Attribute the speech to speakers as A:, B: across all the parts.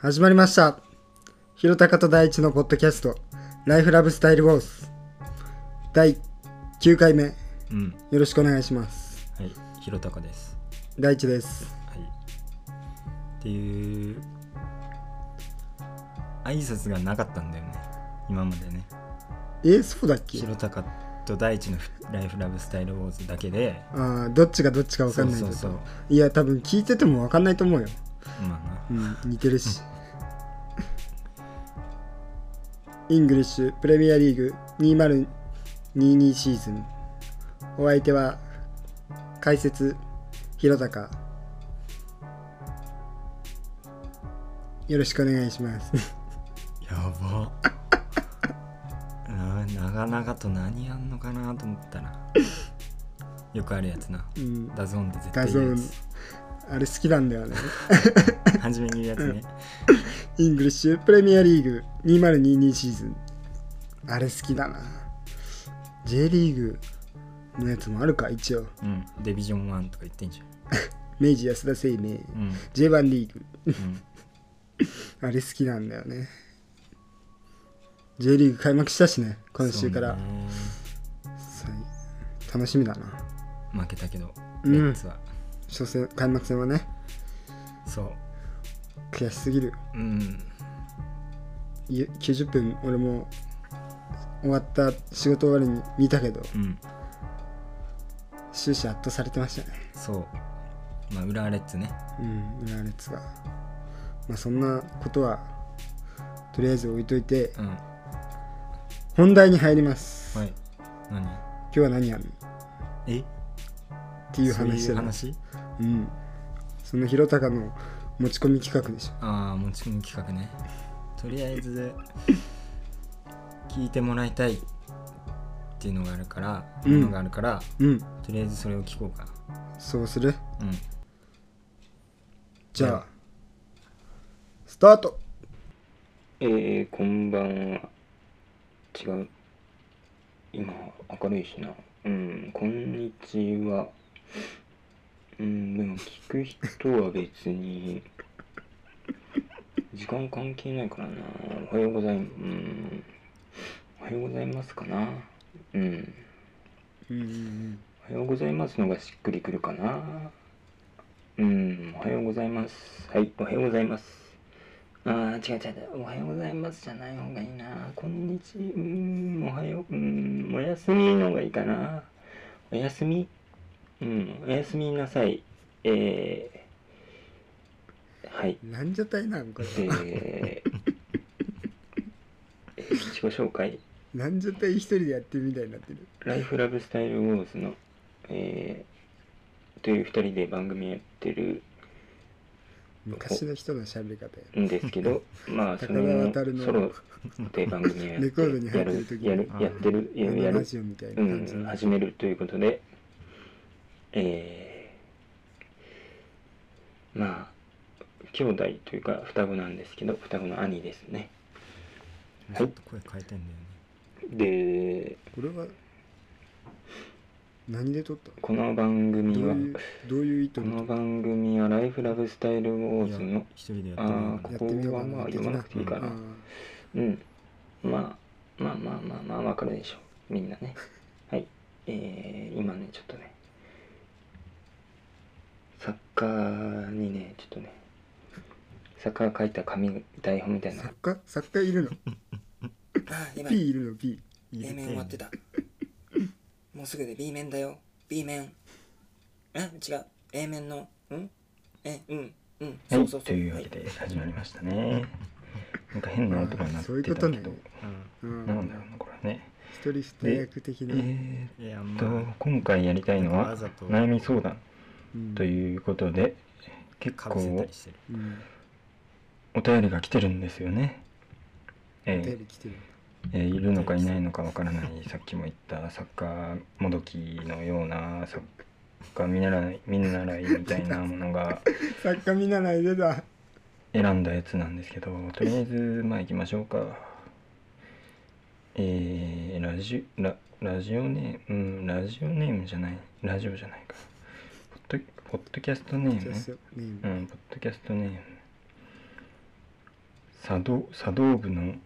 A: 始まりました。ひろたかと第一のポッドキャスト、ライフラブスタイルウォーズ。第9回目、よ
B: うん、
A: ろしくお願いします。
B: はい、ひろたかです。
A: 第一です。
B: はい。っていう。挨拶がなかったんだよね。今までね。
A: え、そうだっけ
B: ひろたかと大地のフライフラブスタイルウォーズだけで。
A: ああ、どっちがどっちか分かんないけ
B: そ
A: ど。
B: うそうそう。
A: いや、多分聞いてても分かんないと思うよ。
B: まあな。
A: うん、似てるし。イングリッシュプレミアリーグ2022シーズン。お相手は、解説、ひろたか。よろしくお願いします。
B: やば。な長々と何やんのかなと思ったら。よくあるやつな。
A: うん、
B: ダゾーンで絶対言うやつ。
A: あれ好きなんだよね。
B: 初めに 言うやつね。
A: イングリッシュプレミアリーグ2022シーズン。あれ好きだな。J リーグのやつもあるか、一応。
B: うん、デビジョン1とか言ってんじゃん。
A: 明治安田生命
B: うん、
A: J1 リーグ
B: うん。
A: あれ好きなんだよね J リーグ開幕したしね 今週から、
B: そうね
A: はい楽しみだな
B: 負けたけど、
A: うん
B: レッツは。
A: 初戦開幕戦はね
B: そう。
A: 悔しすぎる
B: うん。
A: い90分俺も終わった仕事終わりに見たけど
B: うん。
A: 終始圧倒されてましたね
B: そう。まあ、浦和レッズね。
A: うん浦和レッズがまあそんなことはとりあえず置いといて
B: うん。は
A: 本題に入ります、
B: い。何
A: 今日は何やるっ
B: えって
A: いう話
B: そ
A: で
B: ういう話
A: うん。その広高の持ち込み企画でしょ。
B: ああ、持ち込み企画ね。とりあえず、聞いてもらいたいっていうのがあるから、
A: うん
B: ものがあるから、
A: うん。
B: とりあえずそれを聞こうか。
A: そうする
B: うん。
A: じゃあ、
B: はい
A: スタート
B: えー、こんばんは。違う。今、明るいしな。うん、こんにちは。うん、でも聞く人は別に。時間関係ないからな。おはようございます。うん。おはようございますかな。うん。
A: うんうん
B: おはようございますのがしっくりくるかな。うん、おはようございます。はい、おはようございます。ああ、違う違う違う、おはようございますじゃない方がいいな。こんにちは、うん、おはよう、うん、おやすみの方がいいかな。おやすみ、うん、おやすみなさい。えー、はい、
A: うん。なんじゃたいなんこれ。
B: えー、えー自己紹介。
A: なんじゃたい一人でやってるみたいになってる。
B: ライフラブスタイルウォーズの、えー、という2人で番組やってる
A: 昔の人の喋り方や。
B: んです けどまあそ
A: 高田
B: の
A: 渡の
B: ソロで番組をや っ
A: レコードに入っ
B: や
A: てる
B: る
A: 時
B: やるやってるやるや
A: 生ラ
B: る、
A: ジオみたいな
B: う
A: 感じ
B: ん、
A: の。
B: 始めるということでえー、まあ兄弟というか双子なんですけど双子の兄ですね
C: ちょっと声変えてんだよね。
B: で
A: これは何で撮った
B: この番
A: のど
B: 組
A: う
B: は
A: いうどういう意図
B: こ
A: で撮
B: の
A: っ
B: 番組はライフラブスタイルウォ
C: い
B: ー
C: や
B: ズの
C: 一人でやって
B: あ
C: みよ
A: や
B: あ
C: うか
B: ー
A: って
B: こ
A: みよう
B: こ
A: か
B: は
A: な
B: まあ読まなくていいか
A: た
B: な
A: あ
B: うんまあまあまあまあまあわかるでしょうみんなねはいえー、今ねちょっとね作家にねちょっとね作家が書いた紙台本みたい
A: ー
B: な
A: 作家作家いるの
D: あーやばい
A: ?P いるの ?P。
C: 入れ
D: A
C: て
D: 面終わってたもうすぐで B 面だよ B 面え違う A 面のうんえうんうん
B: は
D: そ
B: いう
D: そう
B: と
D: そう
B: いうわけで始まりましたねなんか変な音が鳴ってたけ
A: あーそういう
B: ど
A: ことねう
B: なんだ
A: ん
B: ろ。うなこれね
A: 一人二役的な。
B: え
C: うんいや、
B: ー、っ
C: ま
B: と今回やりたいの
C: あ、わ
B: は
C: ざと
B: 悩み相談
A: うん
B: ということで結
C: かぶせた
B: 構
C: りしてる。
A: うん。
B: お便りが来てるんですよね、え
A: お
B: ー
A: 便り来てる。
B: えーいるのかいないのかわからないさっきも言ったサッカーもどきのようなサッカー見習い見習いみたいなものが
A: 作家見習いでだ。
B: 選んだやつなんですけどとりあえずまあ行きましょうかえー、ラジオララジオネームうんラジオネームじゃないラジオじゃないかポッドポッドキャストネームね
A: ね
B: うん、ポッドキャストネーム。茶道茶道部のん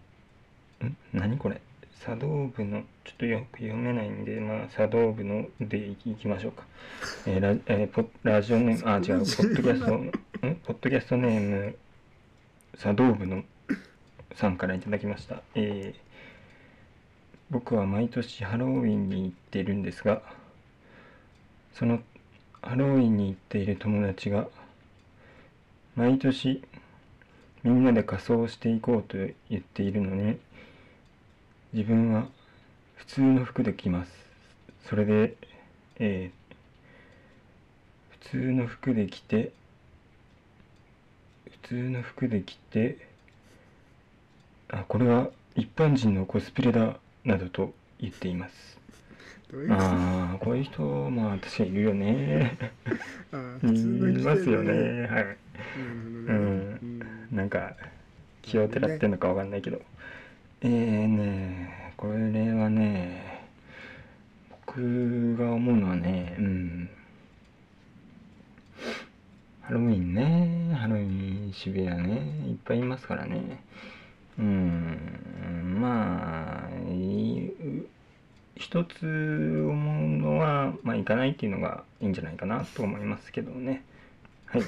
B: 何これ茶道部のちょっとよく読めないんでまあ茶道部のでいきいきましょうか、えーラえーポラジオネームあ違うポッドキャストんポッドキャストネーム茶道部のさんからいただきましたえー僕は毎年ハロウィンに行っているんですがそのハロウィンに行っている友達が毎年みんなで仮装していこうと言っているのに自分は普通の服で来ますそれで、えー普通の服で着て普通の服で着てあこれは一般人のコスプレだなどと言っています
A: どういうこと
B: ああこういう人まあ確かにいるよね
A: あー
B: い
A: 普通の人
B: ますよね
A: なる
B: はい
A: ほどね
B: う
A: うん
B: なんか気を照らってんのかわかんないけど、えーねこれはね僕が思うのはねうんハロウィンねハロウィン渋谷ねいっぱいいますからねうんまあいう一つ思うのはまあ行かないっていうのがいいんじゃないかなと思いますけどねはい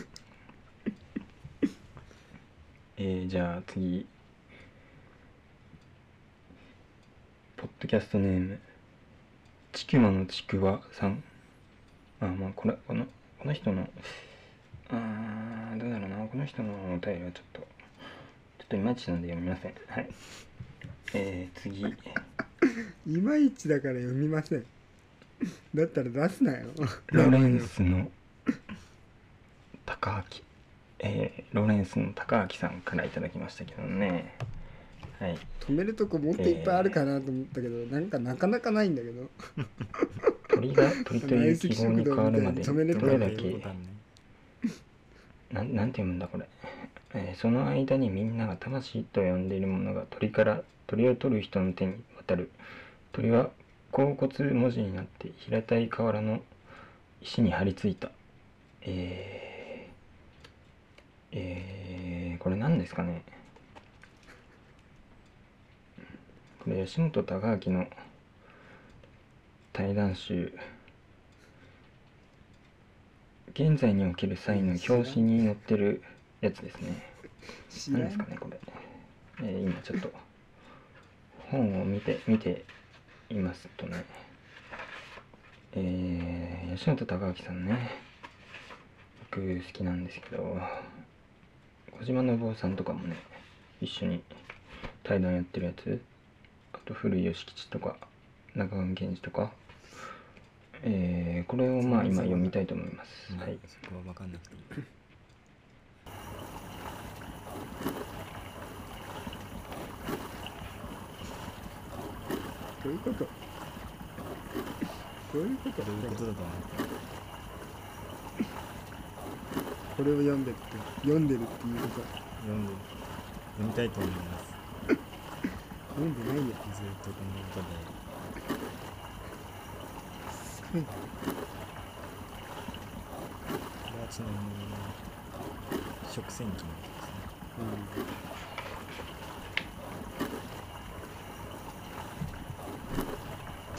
B: えーじゃあ次ポッドキャストネームちくまのちくわさんあまあこれこのこの人のあーどうだろうなこの人のお便りはちょっとちょっといまいちなんで読みませんはいえー、次
A: いまいちだから読みませんだったら出すなよ
B: ロレンスの高明、えーロレンスの高明さんからいただきましたけどねはい
A: 止めるとこもっといっぱいあるかなと思ったけど、なんかなかなかないんだけど
B: 鳥が鳥という記号に変わるまでど
A: 内
B: れ
A: 積食堂みたいに止めれたん
B: だけなんなんて読むんだこれ、えーその間にみんなが魂と呼んでいるものが鳥から鳥を取る人の手に渡る鳥は甲骨文字になって平たい瓦の石に張り付いたえー、えーこれ何ですかねこれ吉本隆明の対談集現在における際の表紙に載ってるやつですね
A: 知
B: 何
A: ら
B: ですか
A: ん
B: ねこれ、えー今ちょっと本を見て見ていますとねえー、吉本隆明さんね僕好きなんですけど小島信夫さんとかもね一緒に対談やってるやつあと古井義吉とか中川健二とかえー、これをまあ今読みたいと思います、はい
C: そこは分かんなくていい。
A: どういうことどういうこと
C: どういうことだと思って
A: これを読んでるって読んでるっていうこと
C: 読んで読みたいと思います。
A: 読んでないよ
C: ずっとこの歌で。
A: すごいな
C: これはちなみに食洗機の音ですね。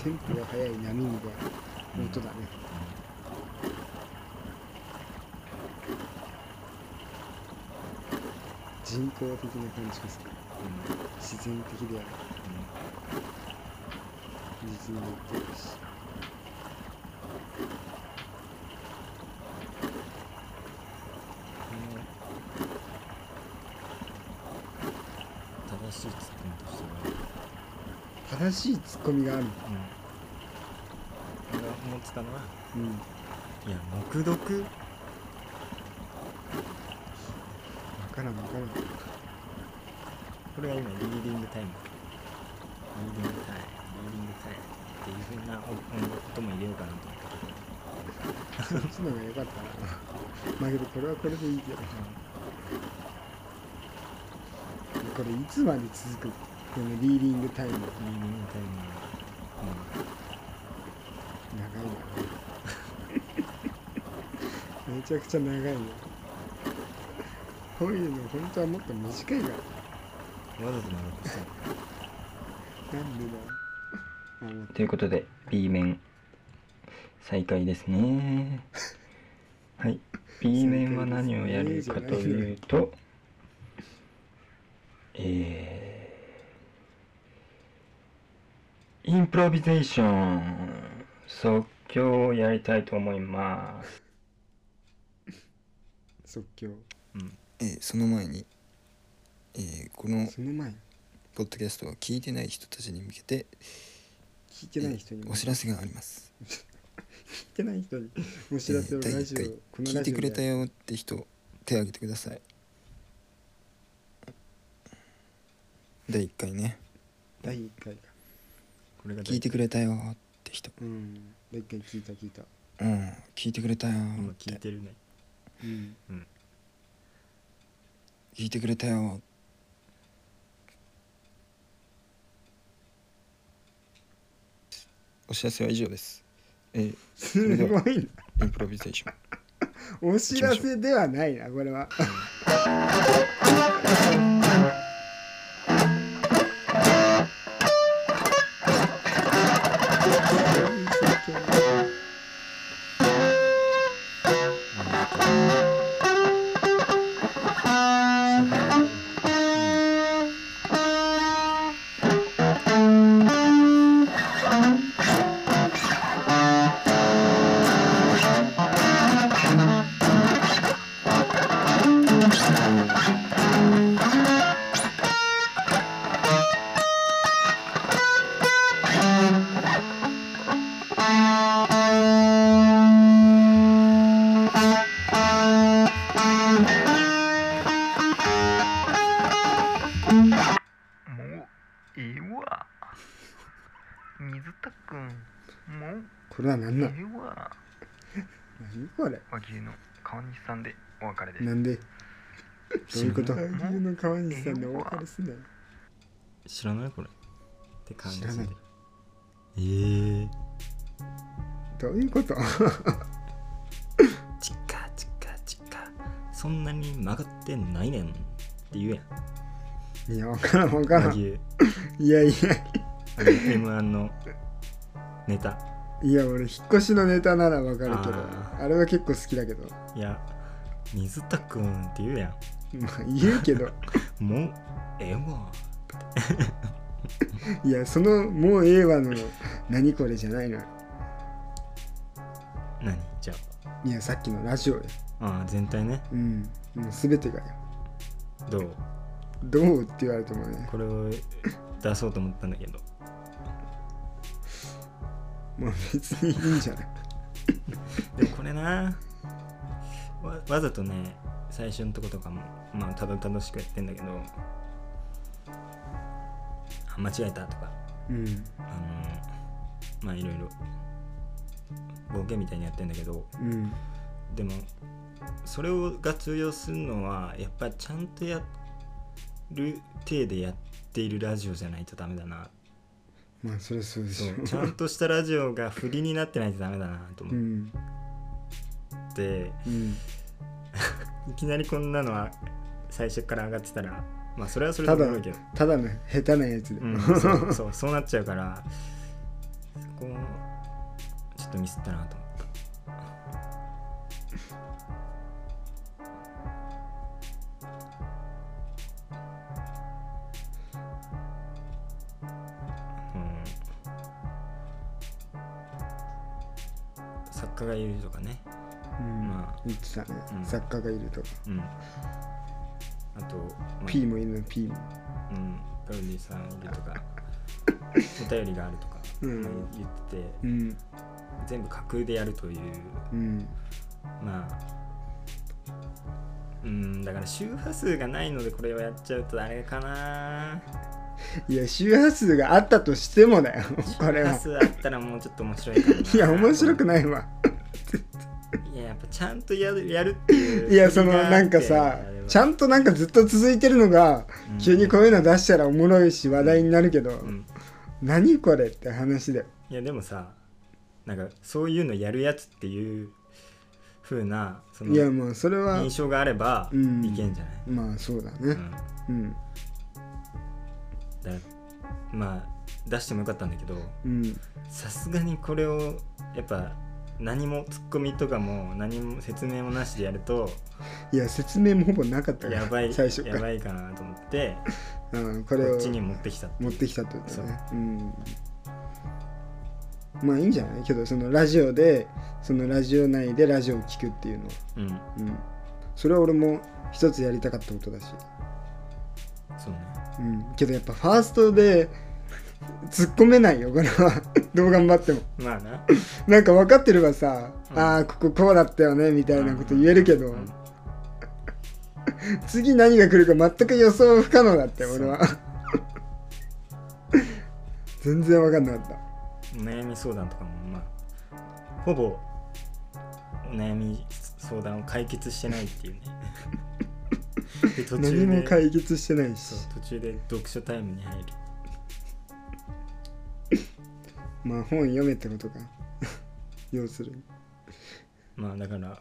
A: テンポが速い波みたいな音だね。人工的な感じがする。自然的である。水に乗ってるし。
C: この正しいツッコミとしては、
A: 正しいツッコミがある。
C: 俺が思ってたのは、
A: うん。
C: いや、黙読
A: わからんわからん。
C: これが今、リーディングタイム。リーディングタイム、リーディングタイムっていう風なおお音も入れようかなと思ったけど、
A: そっちの方が良かったな。まあけどこれはこれでいいけど。これいつまで続くこのリーディングタイム長い
C: リーディングタイム
A: な
C: は、
A: めちゃくちゃ長いなこういうの本当はもっと短いから
C: うんわざと長くしたの
A: なんでだよ
B: ということで B 面再開ですねはい B 面は何をやるかというとえー、インプロビゼーション即興をやりたいと思います
A: 即興
E: えーその前に、えーこの
A: その前に
E: ポッドキャストを聞いてない人たちに向けて、
A: 聞いてない人に
E: えー
A: も
E: お知らせがあります。
A: 聞いてない人にお知らせを
E: えー
A: ラジオ
E: 第一
A: この
E: 聞
A: ラ
E: い
A: ジ
E: て
A: オ
E: くれた
A: で
E: よって人手挙げてください。第1回ね
A: 第1回か
C: これが
E: 聞いてくれたよって人
A: うん第1回聞いた聞いた
E: うん聞いてくれたよ
C: 今
E: っ
C: 聞い
E: て
C: てるね
A: うん
E: 聞いてくれたよお知らせは以上ですえー
A: す
E: れで
A: ご
E: はい
A: な
E: インプロビゼーション
A: お知らせではないなこれは
F: いいわ。水田くん、もう
A: これは何なん
F: いいわ。
A: 何これ
F: 和牛の川西さんでお別れです。
A: なんでどういうこと
F: 知らない
A: 俳優の川西さんでお別れすんだよ
C: 知らないこれって感じ
A: 知らない
C: えー、
A: どういうこと
C: ちっかちっかちっかそんなに曲がってないねんって言うやん
A: いやわからんわから
C: 和
A: ん
C: 牛
A: いやいや
C: 和牛 M1 のネタ
A: いや俺引っ越しのネタならわかるけど
C: あ
A: あれは結構好きだけど
C: いや水田くんって言うやん
A: まあ言うけど
C: もうええわ
A: いやそのもうええわの何これじゃないの
C: 何じゃ
A: いやさっきのラジオや
C: あああ全体ね
A: うんもう全てがよ
C: どう
A: どうって言われてもね
C: これを出そうと思ったんだけど
A: もう別にいいんじゃない
C: でもこれなわわざとね最初のとことかもまあたどたどしくやってんだけどあ間違えたとか
A: うん
C: あのまあいろいろボケみたいにやってんだけど
A: うん
C: でもそれをが通用するのはやっぱちゃんとやる体でやっているラジオじゃないとダメだな
A: まあそれはそうでし
C: そ
A: ょ
C: うちゃんとしたラジオが振りになってないとダメだなと
A: う
C: 思
A: ん
C: って、
A: うん
C: いきなりこんなのは最初から上がってたらまあそれはそれで
A: た
C: も
A: だ
C: い
A: の
C: いけど、
A: ただの下手なやつで、
C: うん、 そうそうそうなっちゃうからそこをちょっとミスったなと思ってうん作家がいるとかね
A: うん
C: まあ
A: 言ってたね、
C: うん
A: 作家がいると
C: うんあと、まあ
A: P もいるの P も
C: うん、プロデューサーいるとかお便りがあるとか、
A: うん
C: まあ言ってて
A: うん
C: 全部架空でやるという
A: うん
C: まあうんだから周波数がないのでこれをやっちゃうとあれかない
A: や周波数があったとしても だよこれ
C: 周波
A: は
C: 数あったらもうちょっと面白いかな
A: いや面白く
C: い
A: ないわ
C: いややっぱちゃんとやるやるっていう
A: いやそのなんかさちゃ
C: ん
A: んとなんかずっと続いてるのが
C: うん
A: 急にこういうの出したらおもろいし話題になるけど、
C: うん、
A: 何これって話で
C: いやでもさなんかそういうのやるやつっていう風なその
A: いやもうそれは
C: 印象があれば
A: うん
C: いけんじゃない、
A: まあそうだ
C: う
A: ね
C: ん
A: うん
C: だまあ出してもよかったんだけど
A: うん
C: さすがにこれをやっぱ何もツッコミとかも何も説明もなしでやると
A: いや説明もほぼなかったから
C: やばい
A: 最初か
C: や
A: ら
C: ばいかなと思って
A: うん、こ
C: こ
A: れを
C: っちに持ってきた
A: 持ってきたってことねうんまあいいんじゃないけどそのラジオでそのラジオ内でラジオを聞くっていうのは、
C: うん
A: うん、それは俺も一つやりたかったことだし、
C: そうね
A: うん、けどやっぱファーストで突っ込めないよこれは どう頑張っても
C: まあな
A: なんか分かってればさ、
C: うん
A: ああこここうだったよねみたいなこと言えるけど、
C: うん
A: 次何が来るか全く予想不可能だったよ俺は 全然分かんなかった
C: 悩み相談とかもまあほぼお悩み相談を解決してないっ ていうねで途
A: 何
C: 中
A: も
C: で
A: 解決してないし
C: そう途中で読書タイムに入る
A: まあ本読めってことか 要するに
C: まあだから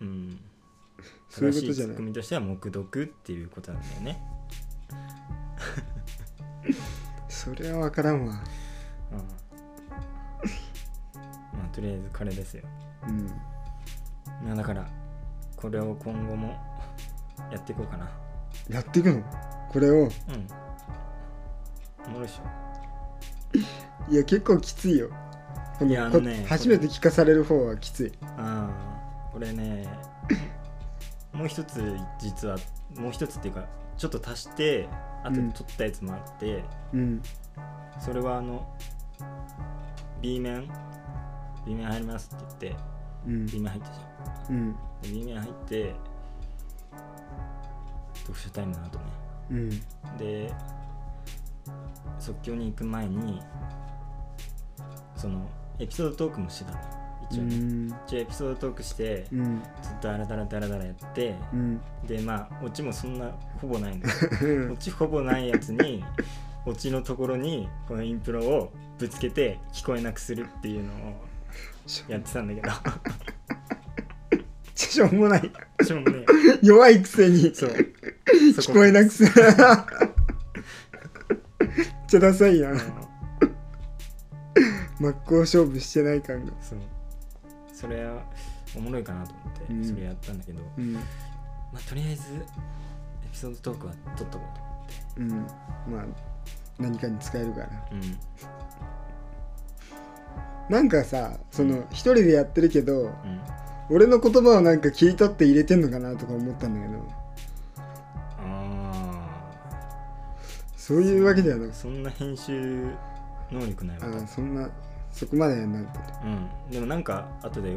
C: うん
A: そういう
C: 正し
A: こと
C: い
A: じ
C: ツ
A: ゃな
C: ッ
A: い
C: コミとしては黙読っていうことなんだよね、
A: それは分からんわ
C: うん、 まあとりあえずこれですよ
A: うん
C: まあだからこれを今後もやっていこうかな
A: やっていくのこれを
C: うんおもろいっし
A: いや結構きついよこ
C: いやあのね
A: こ初めて聞かされる方はきつい
C: ょああこれ ねもう一つ実はもう一つっていうかちょっと足してあと
A: うん
C: 取ったやつもあって、
A: うん
C: それはあの B 面 B 面入りますって言って
A: うん、
C: B 面入ったじゃ
A: う
C: ん
A: ん
C: で耳に入って読書タイムの後ね
A: うん
C: で即興に行く前にそのエピソードトークもしてたの
A: う
C: 一応ね、
A: ん
C: 一応エピソードトークして、
A: うんうん
C: ずっとダラダラダラダラやって、
A: うん
C: でまあオチもそんなほぼないんだけ
A: う
C: ど オ
A: ん
C: チほぼないやつにオチのところにこのインプロをぶつけて聞こえなくするっていうのを
A: しょ
C: やってたんだけ ど
A: しょうもない
C: しょうもね
A: 弱いくせに
C: えそう
A: 聞こえなくすめっ ちゃダサいやん
C: あの
A: 真っ向勝負してない感が
C: そうそれはおもろいかなと思って、
A: うん
C: それやったんだけど、ま
A: うん
C: あ、とりあえずエピソードトークは撮っとこ
A: うんまあ何かに使えるから
C: うと、うん、
A: なんかさその一人でやってるけど
C: うん、
A: 俺の言葉をなんか切り取って入れてんのかなとか思ったんだけど
C: あ
A: そういうわけではな
C: あ
A: く
C: そんな編集能力ない
A: あ
C: わ、
A: ーそんなそこまではなくて
C: うん、でもなんか後で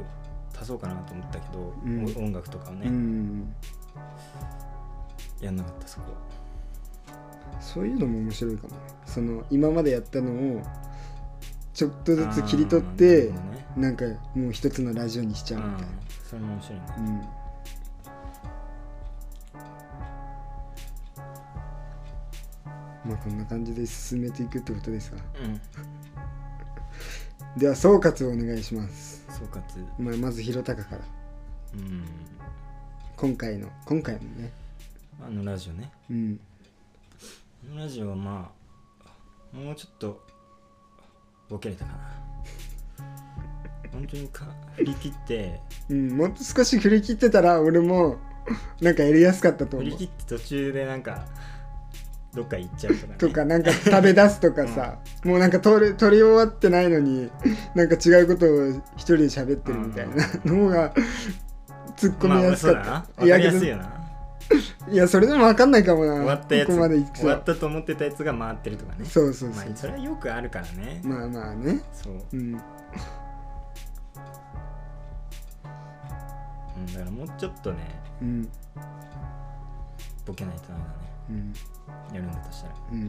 C: 足そうかなと思ったけど、
A: ん
C: お音楽とかをね、
A: うん
C: やんなかったそこ
A: そういうのも面白いかもその今までやったのをちょっとずつ切り取って
C: あーなるほどね
A: なんかもう一つのラジオにしちゃうみたいな
C: あーそれも面白いね
A: うんまあこんな感じで進めていくってことですか
C: うん
A: では総括をお願いします、
C: 総括
A: まあ、まず弘隆から
C: うん
A: 今回の今回のね
C: あのラジオね
A: うん
C: このラジオはまあもうちょっとボケれたかな本当にか振り切って
A: うん、もっと少し振り切ってたら俺もなんかやりやすかったと
C: 振
A: 思
C: り
A: う
C: 切って途中でなんかどっか行っちゃうとかね
A: とかなんか食べ出すとかさ、もうなんか取り取り終わってないのに なんか違うことを一人で喋ってるみたいなの方が突っ込み
C: まあ
A: やす
C: そう
A: か
C: だ
A: っ
C: な
A: た、
C: わかりやすいよない
A: やそれでも分かんないかもな
C: 終わったやつ
A: ここまで行って
C: 終わったたと思ってたやつが回ってるとかね
A: そうそう
C: ま
A: そ
C: あ
A: う、
C: それはよくあるからね、
A: まあまあね
C: そう、う
A: うん
C: ん、だからもうちょっとね
A: うん
C: ボケないとダメだね
A: うん
C: やるんだとしたら
A: うん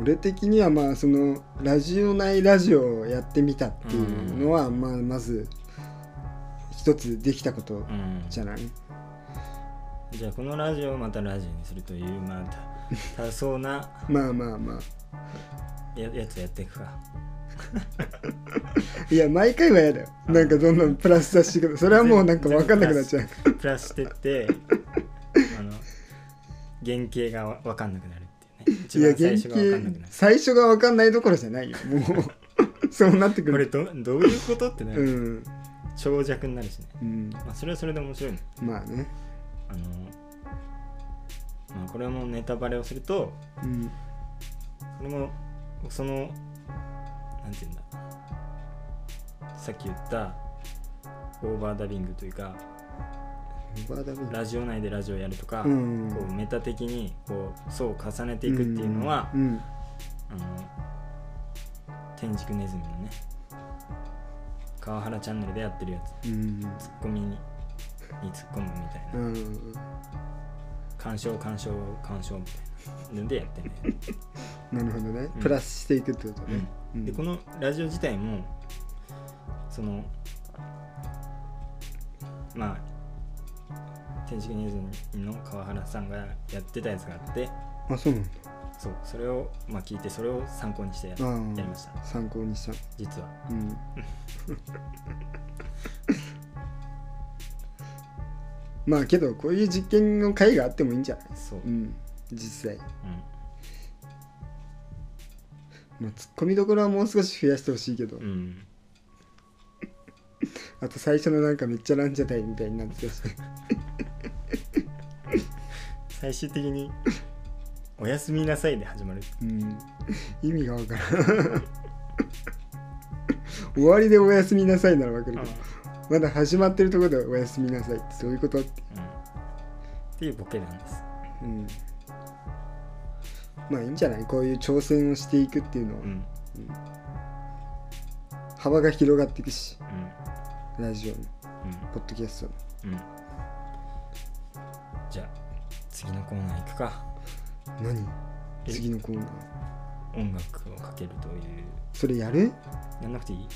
A: 俺的にはまあそのラジオ内ラジオをやってみたっていうのはまあまず一つできたこと
C: うん
A: じゃない
C: じゃあこのラジオをまたラジオにするというまあた多そうな
A: まあまあまあ
C: ややつやっていくか
A: いや毎回は嫌だよなんかどんどんプラスさせてくるそれはもうなんか分かんなくなっちゃう
C: プラスしてってあの
B: 原型がわ分かんなくなるっていうね一
A: いや
B: 番
A: 原
B: 最初が分かんな
A: 型最初が分かんない
B: くなる
A: どころじゃないよもう そうなってく
B: これ
A: る
B: どどういうことってな
A: う
B: る、
A: ん、
B: 長尺になるしね、
A: うん、
B: まあ、それはそれで面白いね
A: まあね
B: あのまあこれもネタバレをすると
A: うん
B: これもそのなんて言うんださっき言ったオーバーダビングというか
A: オーバーダビング
B: ラジオ内でラジオやるとか、
A: うん
B: こうメタ的にこう層を重ねていくっていうのは、
A: うんうん
B: あの天竺ネズミのね川原チャンネルでやってるやつ
A: うん
B: ツッコミにに突っ込むみたいな
A: うん
B: 鑑賞鑑賞鑑賞みたいなのでやってる
A: な
B: ね、
A: るほどね
B: うん
A: プラスしていくってこと
B: うん
A: ね、うん
B: でこのラジオ自体もそのまあ天竺ネズミの川原さんがやってたやつがあって
A: あそうなんだ
B: そうそれを、まあ、聞いてそれを参考にしてや
A: あー
B: やりました
A: 参考にした
B: 実は
A: うん まあけどこういう実験の回があってもいいんじゃない
B: そう、う
A: うんん実際まあツッコミどころはもう少し増やしてほしいけど、
B: うん、
A: あと最初のなんかめっちゃランジャタイみたいになってたし
B: 最終的 に「おやすみなさい」で始まる
A: うん意味がわからん 終わりでおやすみなさいならわかるけど、まだ始まってるところでおやすみなさいってどういうことって
B: うんっていうボケなんです、
A: うんまあいいんじゃないこういう挑戦をしていくっていうのは、
B: うん
A: 幅が広がっていくし
B: うん
A: ラジオの
B: うん
A: ポッドキャストの
B: うんじゃあ次のコーナー行くか
A: 何
B: え
A: 次のコーナー
B: 音楽をかけるという
A: それやる
B: やんなくていい、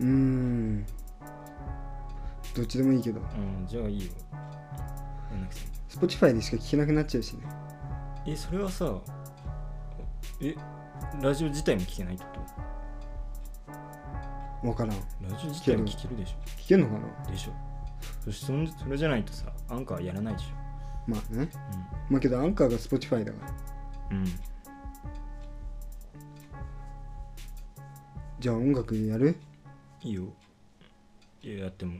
A: うーんどっちでもいいけど
B: うん、じゃあいいよやんなくてい
A: Spotify でしか聞けなくなっちゃうしね
B: いえそれはさえラジオ自体も聞けないってこ
A: わからん聞
B: とラジオ自体も聞けるでし
A: けんのかな
B: ょでしょそしてそんそれじゃないとさアンカーやらないでし
A: まあねまあけどアンカーが Spotify だから
B: ょうん、うん、
A: じゃあ音楽やる
B: いいよいややっても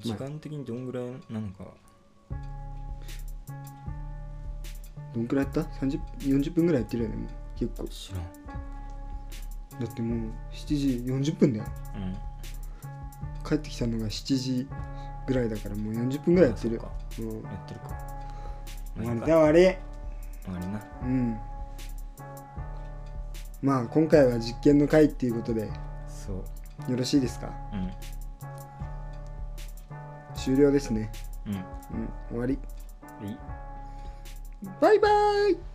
B: 時
A: まあ
B: 間的にどんぐらいなのか
A: どんくらいやった ?30 40分ぐらいやってるよねもう結構
B: 知らん
A: だってもう7時40分だよ
B: うん
A: 帰ってきたのが7時ぐらいだからもう40分ぐらいやってる
B: あ
A: よ
B: そう
A: う
B: か
A: ん
B: やってるか。
A: 終わ
B: あ
A: り
B: れ
A: だ
B: か。
A: 終わり
B: あれな。
A: うんまあ今回は実験の回っていうことでよ
B: そう。
A: ろしいですか
B: うん。
A: 終了ですね
B: うん。
A: うん終わり
B: いい。
A: バイバーイ